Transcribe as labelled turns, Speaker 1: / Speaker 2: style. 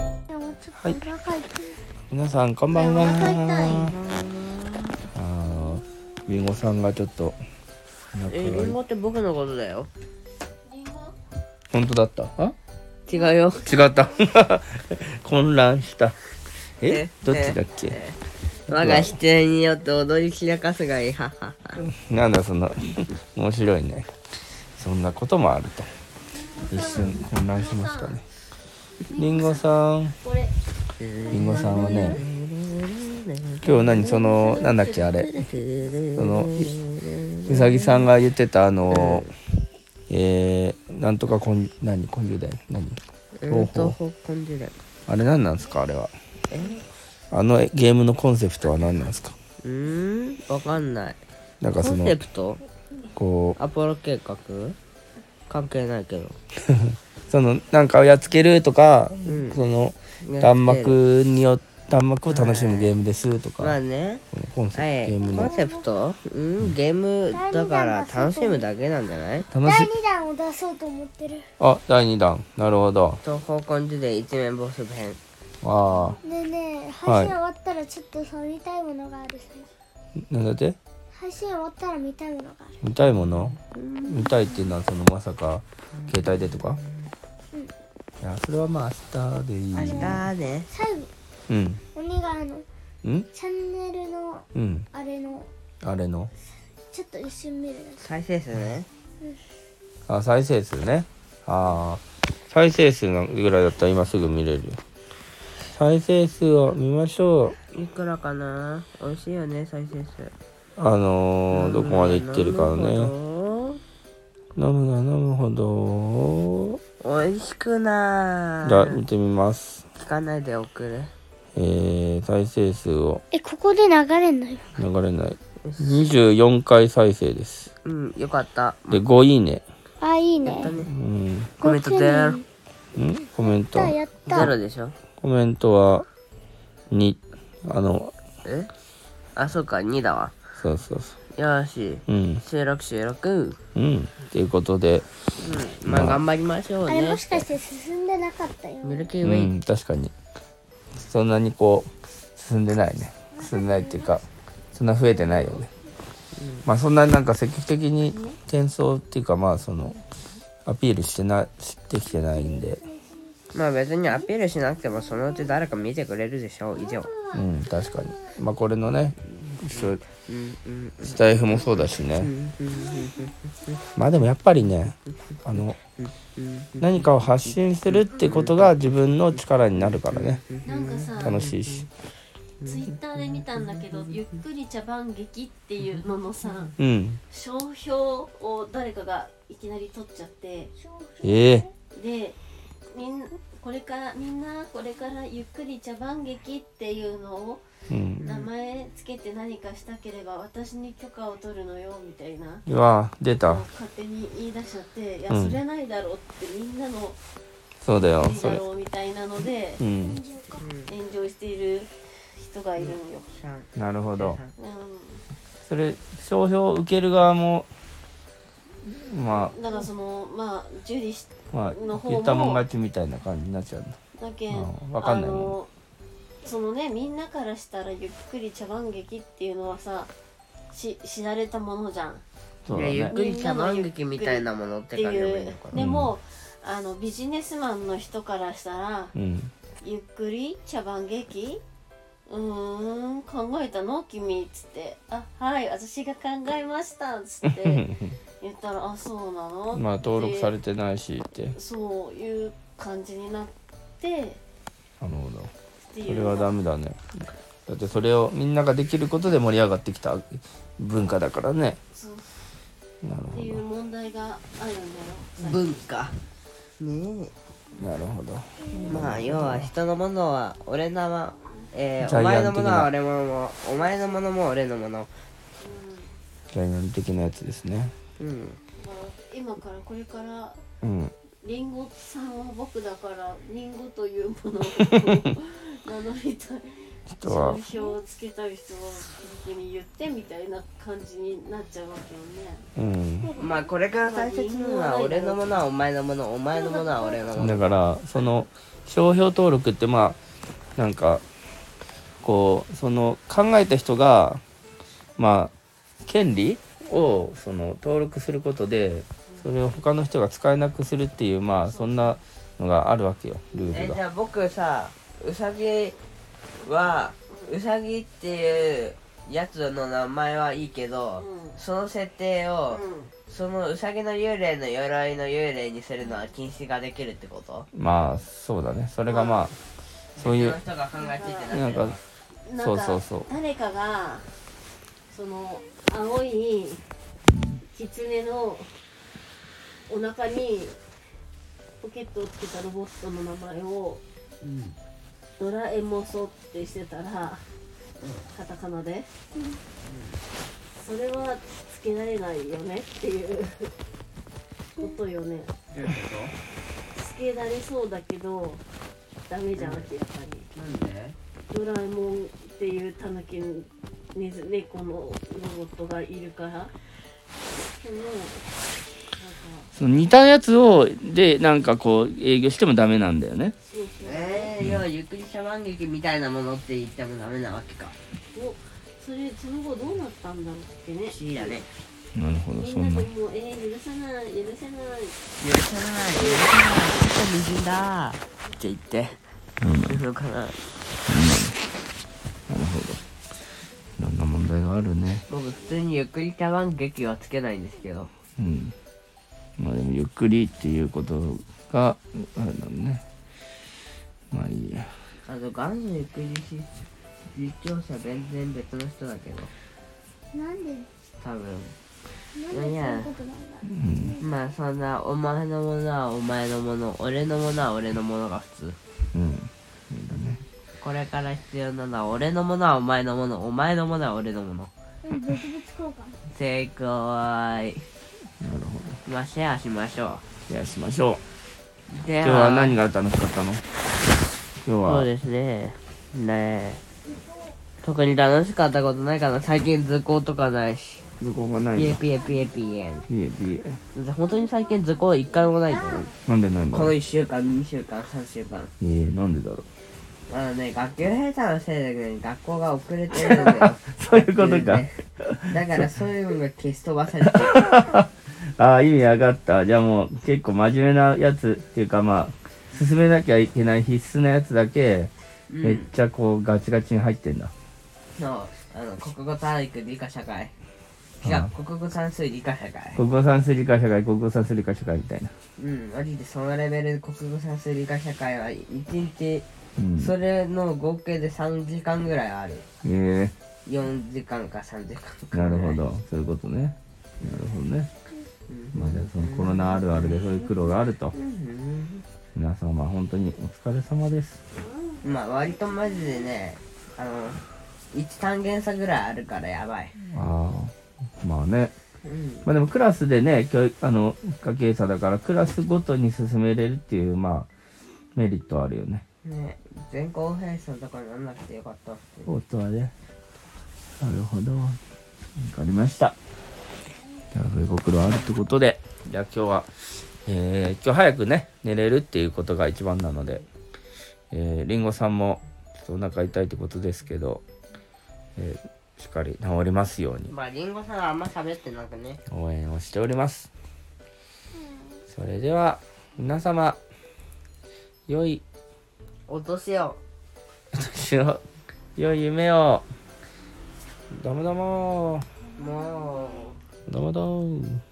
Speaker 1: お腹
Speaker 2: はい
Speaker 1: 痛い
Speaker 2: 皆さんこんばん
Speaker 1: お腹痛い
Speaker 2: は
Speaker 1: な
Speaker 2: あのりんごさんがちょっとなんか
Speaker 3: えリンゴって僕のことだよ
Speaker 2: 本当だったあ
Speaker 3: 違うよ
Speaker 2: 違った 混乱したえどっちだっけ、
Speaker 3: ええ我が視点によって踊り散らかすがいいはっはっは
Speaker 2: なんだその面白いねそんなこともあると一瞬混乱しましたねりんごさん
Speaker 1: これ
Speaker 2: りんごさんはね今日何そのなんだっけあれそのいうさぎさんが言ってたあのえー、なんとかこん何根性だよ何
Speaker 3: うん
Speaker 2: ほう
Speaker 3: と
Speaker 2: ほう
Speaker 3: ほこんでる
Speaker 2: あれ何なんですかあれは
Speaker 3: え
Speaker 2: あのゲームのコンセプトは何なんですか
Speaker 3: うーんわかんない
Speaker 2: なん
Speaker 3: コ
Speaker 2: かそ
Speaker 3: ン
Speaker 2: の
Speaker 3: セプト
Speaker 2: こう
Speaker 3: アポロ計画関係ないけど
Speaker 2: そのなんかをやっつけるとか、
Speaker 3: ん
Speaker 2: その
Speaker 3: やっつける
Speaker 2: 弾幕によ弾幕を楽しむゲームですとか、
Speaker 3: まあね
Speaker 2: コンセプト、
Speaker 3: はい
Speaker 2: ゲーム
Speaker 3: コン
Speaker 2: の
Speaker 3: セプトうんゲームだから楽しむだけなんじゃない
Speaker 2: 楽し
Speaker 1: 第
Speaker 2: い
Speaker 1: 二弾を出そうと思ってる
Speaker 2: あ第2弾なるほど
Speaker 3: 東方コンジュで一面ボス編
Speaker 2: あ
Speaker 1: ねえねえ配
Speaker 2: はい
Speaker 1: 信終わったらちょっとそう見たいものがあるさ
Speaker 2: あなんだって
Speaker 1: 配信終わったら見たいものがある
Speaker 2: 見たいもの見たいっていうのはそのまさか携帯でとか、いやそれはまあ明日でいい
Speaker 3: 明日ね
Speaker 1: 最後
Speaker 2: うん
Speaker 1: 鬼があの
Speaker 2: うん
Speaker 1: チャンネルの
Speaker 2: うん
Speaker 1: あれの
Speaker 2: あれの
Speaker 1: ちょっと一瞬見るだけ
Speaker 3: 再生数ね
Speaker 2: あ再生数ねああ再生数のぐらいだったら今すぐ見れるよ再生数を見ましょう
Speaker 3: いくらかな美味しいよね再生数
Speaker 2: あのー、どこまでいってるか
Speaker 3: な
Speaker 2: ね
Speaker 3: るほ
Speaker 2: 飲むな飲むほど
Speaker 3: ど美味しくな
Speaker 2: じゃあ見てみます
Speaker 3: 聞かないで送る
Speaker 2: えー、再生数を
Speaker 1: えここで流れんのよ
Speaker 2: 流れない24回再生です
Speaker 3: うんよかった
Speaker 2: で5いいね
Speaker 1: あいい
Speaker 3: やった
Speaker 1: ね
Speaker 2: う
Speaker 3: ね
Speaker 2: ん
Speaker 3: コメントゼロ
Speaker 2: んコメント
Speaker 1: やったやった
Speaker 3: ゼロでしょ
Speaker 2: コメントは2あの
Speaker 3: えあそうか2だわ
Speaker 2: そうそうそ
Speaker 3: よーし
Speaker 2: ううん
Speaker 3: 収録収録
Speaker 2: うんということで
Speaker 3: うんまあ頑張りましょう
Speaker 1: あれ
Speaker 3: ね
Speaker 1: もしかして進んでなかったよ
Speaker 3: ミルキー
Speaker 2: う
Speaker 3: ウェイ、
Speaker 2: ん確かにそんなにこう進んでないね進んでないっていうかそんな増えてないよねまあそんなになんか積極的に転送っていうかまあそのアピールしてなしてきてないんで
Speaker 3: まあ別にアピールしなくてもそのうち誰か見てくれるでしょう以上
Speaker 2: うん確かにまあこれのねそう
Speaker 3: うんうん
Speaker 2: スタイフもそうだしねまあでもやっぱりねあの何かを発信するってことが自分の力になるからね
Speaker 4: なんかさ、
Speaker 2: 楽しいし
Speaker 4: ツイッターで見たんだけど、ゆっくり茶番劇っていうののさ、
Speaker 2: うん
Speaker 4: 商標を誰かがいきなり取っちゃって、
Speaker 2: ええ
Speaker 4: で、みんこれからみんなこれからゆっくり茶番劇っていうのを
Speaker 2: うん
Speaker 4: 名前つけて何かしたければ私に許可を取るのよみたいな。
Speaker 2: うわ出た
Speaker 4: 勝手に言い出しちゃって、いや、
Speaker 2: うん
Speaker 4: それないだろうってみんなの
Speaker 2: そうだよ
Speaker 4: いい
Speaker 2: そ
Speaker 4: だ
Speaker 2: れ
Speaker 4: ろうみたいなので
Speaker 2: うん
Speaker 4: 炎上している人がいるのよ。
Speaker 3: 三
Speaker 2: なるほど
Speaker 4: うん
Speaker 2: それ商標を受ける側もま
Speaker 4: だからそのまあ受理し
Speaker 2: あまあ
Speaker 4: の方も
Speaker 2: 言ったもん勝ちみたいな感じになっちゃうんだ
Speaker 4: だけ
Speaker 2: うんわかんないもん
Speaker 4: あのそのねみんなからしたらゆっくり茶番劇っていうのはさし知られたものじゃんっ
Speaker 2: そうだ
Speaker 3: いやゆっ
Speaker 2: ね
Speaker 3: くり茶番劇みたいなものって
Speaker 4: てい
Speaker 3: 書けばいいうのかな
Speaker 4: でも、あのビジネスマンの人からしたら
Speaker 2: うん
Speaker 4: ゆっくり茶番劇うーん考えたの君っつって「あはい私が考えました」っつって 言ったら「あそうなの?」
Speaker 2: まあ登録されてないしって
Speaker 4: そういう感じになってっ
Speaker 2: なるほど
Speaker 4: てい
Speaker 2: そうれはダメだねだってそれをみんなができることで盛り上がってきた文化だからね
Speaker 4: そう
Speaker 2: なる
Speaker 4: って
Speaker 2: ほ
Speaker 4: いう問題があるんだよ最近
Speaker 3: 文化ね
Speaker 2: どなるほど
Speaker 3: えまあ要は人のものは俺のはえ
Speaker 2: ジ
Speaker 3: ー、
Speaker 2: ャ
Speaker 3: お
Speaker 2: イアン
Speaker 3: 前のものは俺のものお前のものも俺のもの
Speaker 2: ジャイアン的なやつですね
Speaker 3: うん
Speaker 4: だから今からこれから
Speaker 2: うん
Speaker 4: リンゴさんは僕だからリンゴというものを 名乗りたい
Speaker 2: 人は
Speaker 4: 商標をつけたい人は僕に言ってみたいな感じになっちゃうわけよね
Speaker 2: うん
Speaker 3: まあこれから大切なのは俺のものはお前のものお前のものは俺のも
Speaker 2: だ
Speaker 3: の
Speaker 2: からその商標登録ってまあなんかこうその考えた人がまあ権利をその登録することでそれを他の人が使えなくするっていうまあそんなのがあるわけよルー
Speaker 3: え
Speaker 2: ル
Speaker 3: じ
Speaker 2: が。
Speaker 3: ゃあ僕さウサギはウサギっていうやつの名前はいいけど、
Speaker 4: うん
Speaker 3: その設定を、そのウサギの幽霊の鎧の幽霊にするのは禁止ができるってこと
Speaker 2: まあそうだねそれがまあそういう
Speaker 3: 別の人が考えついてな
Speaker 2: なん
Speaker 3: ければ
Speaker 2: か
Speaker 4: うんなんか
Speaker 2: そうそうそう
Speaker 4: 誰かがその青い狐のお腹にポケットをつけたロボットの名前を、ドラえもそってしてたら、カタカナで、それはつけられないよねっていうことよねつけられそうだけどダメじゃん明らかに。
Speaker 3: なんで
Speaker 4: ドラえもんっていうタヌキに猫のロボットがいるからでも
Speaker 2: その似たやつをでなんかこう営業してもダメなんだよね。
Speaker 4: そう
Speaker 3: えー、要はゆっくり茶番劇みたいなものって言ってもダメなわけか
Speaker 4: そうおそれその後どうなったんだろうってね
Speaker 3: 不思議だね
Speaker 2: なるほど
Speaker 4: み
Speaker 2: そ
Speaker 4: んなん
Speaker 2: な
Speaker 4: で。もうえー、許さない許せない
Speaker 3: 許せない許せないちょっと矛盾だーって言って
Speaker 2: うん
Speaker 3: そうかな
Speaker 2: なるほど。いろんな問題があるね。
Speaker 3: 僕普通にゆっくり茶番劇はつけないんですけど
Speaker 2: うん。まあでもゆっくりっていうことがあるんだろうね。まあいいや。
Speaker 3: あと元祖ゆっくりし実況者全然別の人だけど
Speaker 1: なんで
Speaker 3: 多分
Speaker 1: なんでそういうことなんだ
Speaker 3: まあそんなお前のものはお前のもの俺のものは俺のものが普通
Speaker 2: うん。
Speaker 3: これから必要なのは俺のものはお前のものお前のものは俺のもの
Speaker 1: うん物々交換
Speaker 3: 正解
Speaker 2: なるほ
Speaker 3: まあシェアしましょ
Speaker 2: ど。じゃあしましょう。
Speaker 3: うで
Speaker 2: 今日は何が楽しかったの今日
Speaker 3: そう
Speaker 2: は。
Speaker 3: ですねねえ特に楽しかったことないかな最近図工とかないし
Speaker 2: 図工がない
Speaker 3: ピ
Speaker 2: ん
Speaker 3: エ
Speaker 2: だ。
Speaker 3: ピエピエピエ
Speaker 2: いえいえ。
Speaker 3: 本当に最近図工一回もないと思う
Speaker 2: なんでないんだろ
Speaker 3: この
Speaker 2: う。い
Speaker 3: 1週間2週間3週間
Speaker 2: えなんでだろう。
Speaker 3: あのね学級閉鎖のせいで、ね、学校が遅れてるんだよ
Speaker 2: そういうことか。
Speaker 3: だからそういうのが消し飛ばされて る
Speaker 2: ああ、意味上がった。じゃあもう結構真面目なやつっていうかまあ、進めなきゃいけない必須なやつだけ、
Speaker 3: うん
Speaker 2: めっちゃこうガチガチに入ってんだ。
Speaker 3: そうあの国語体育理科社会いや国語算数理科社会
Speaker 2: 国語算数理科社会、国語算数理科社会みたいな。
Speaker 3: うんマジでそのレベルで国語算数理科社会は1日
Speaker 2: うん。
Speaker 3: それの合計で3時間ぐらいある
Speaker 2: え
Speaker 3: 4時間か3時間
Speaker 2: え
Speaker 3: か
Speaker 2: なるほど。そういうことね。なるほどね。まあじゃあそのコロナあるあるでそういう苦労があると。
Speaker 3: うん
Speaker 2: 皆様本当にお疲れ様です。
Speaker 3: まあ割とマジでねあの1単元差ぐらいあるからやばい
Speaker 2: ああ。まあね。
Speaker 3: うん
Speaker 2: まあでもクラスでね、教育、あの、家計差だからクラスごとに進めれるっていう、まあ、メリットあるよね。
Speaker 3: ね全校閉鎖とかなんなくてよかったって
Speaker 2: 本当はね。なるほど。わかりました。じゃあ、そういうご苦労あるってことで、じゃあ今日は、えー、今日早くね、寝れるっていうことが一番なので、えー、りんごさんも、ちょっとお腹痛いってことですけど、えーしっかり治りますように、
Speaker 3: まありんごさんはあんま喋ってなくね
Speaker 2: 応援をしております。それでは、皆様、良い
Speaker 3: 落とせよ
Speaker 2: 年を、良い夢を、どうもどうも
Speaker 3: もう
Speaker 2: どうもどうも。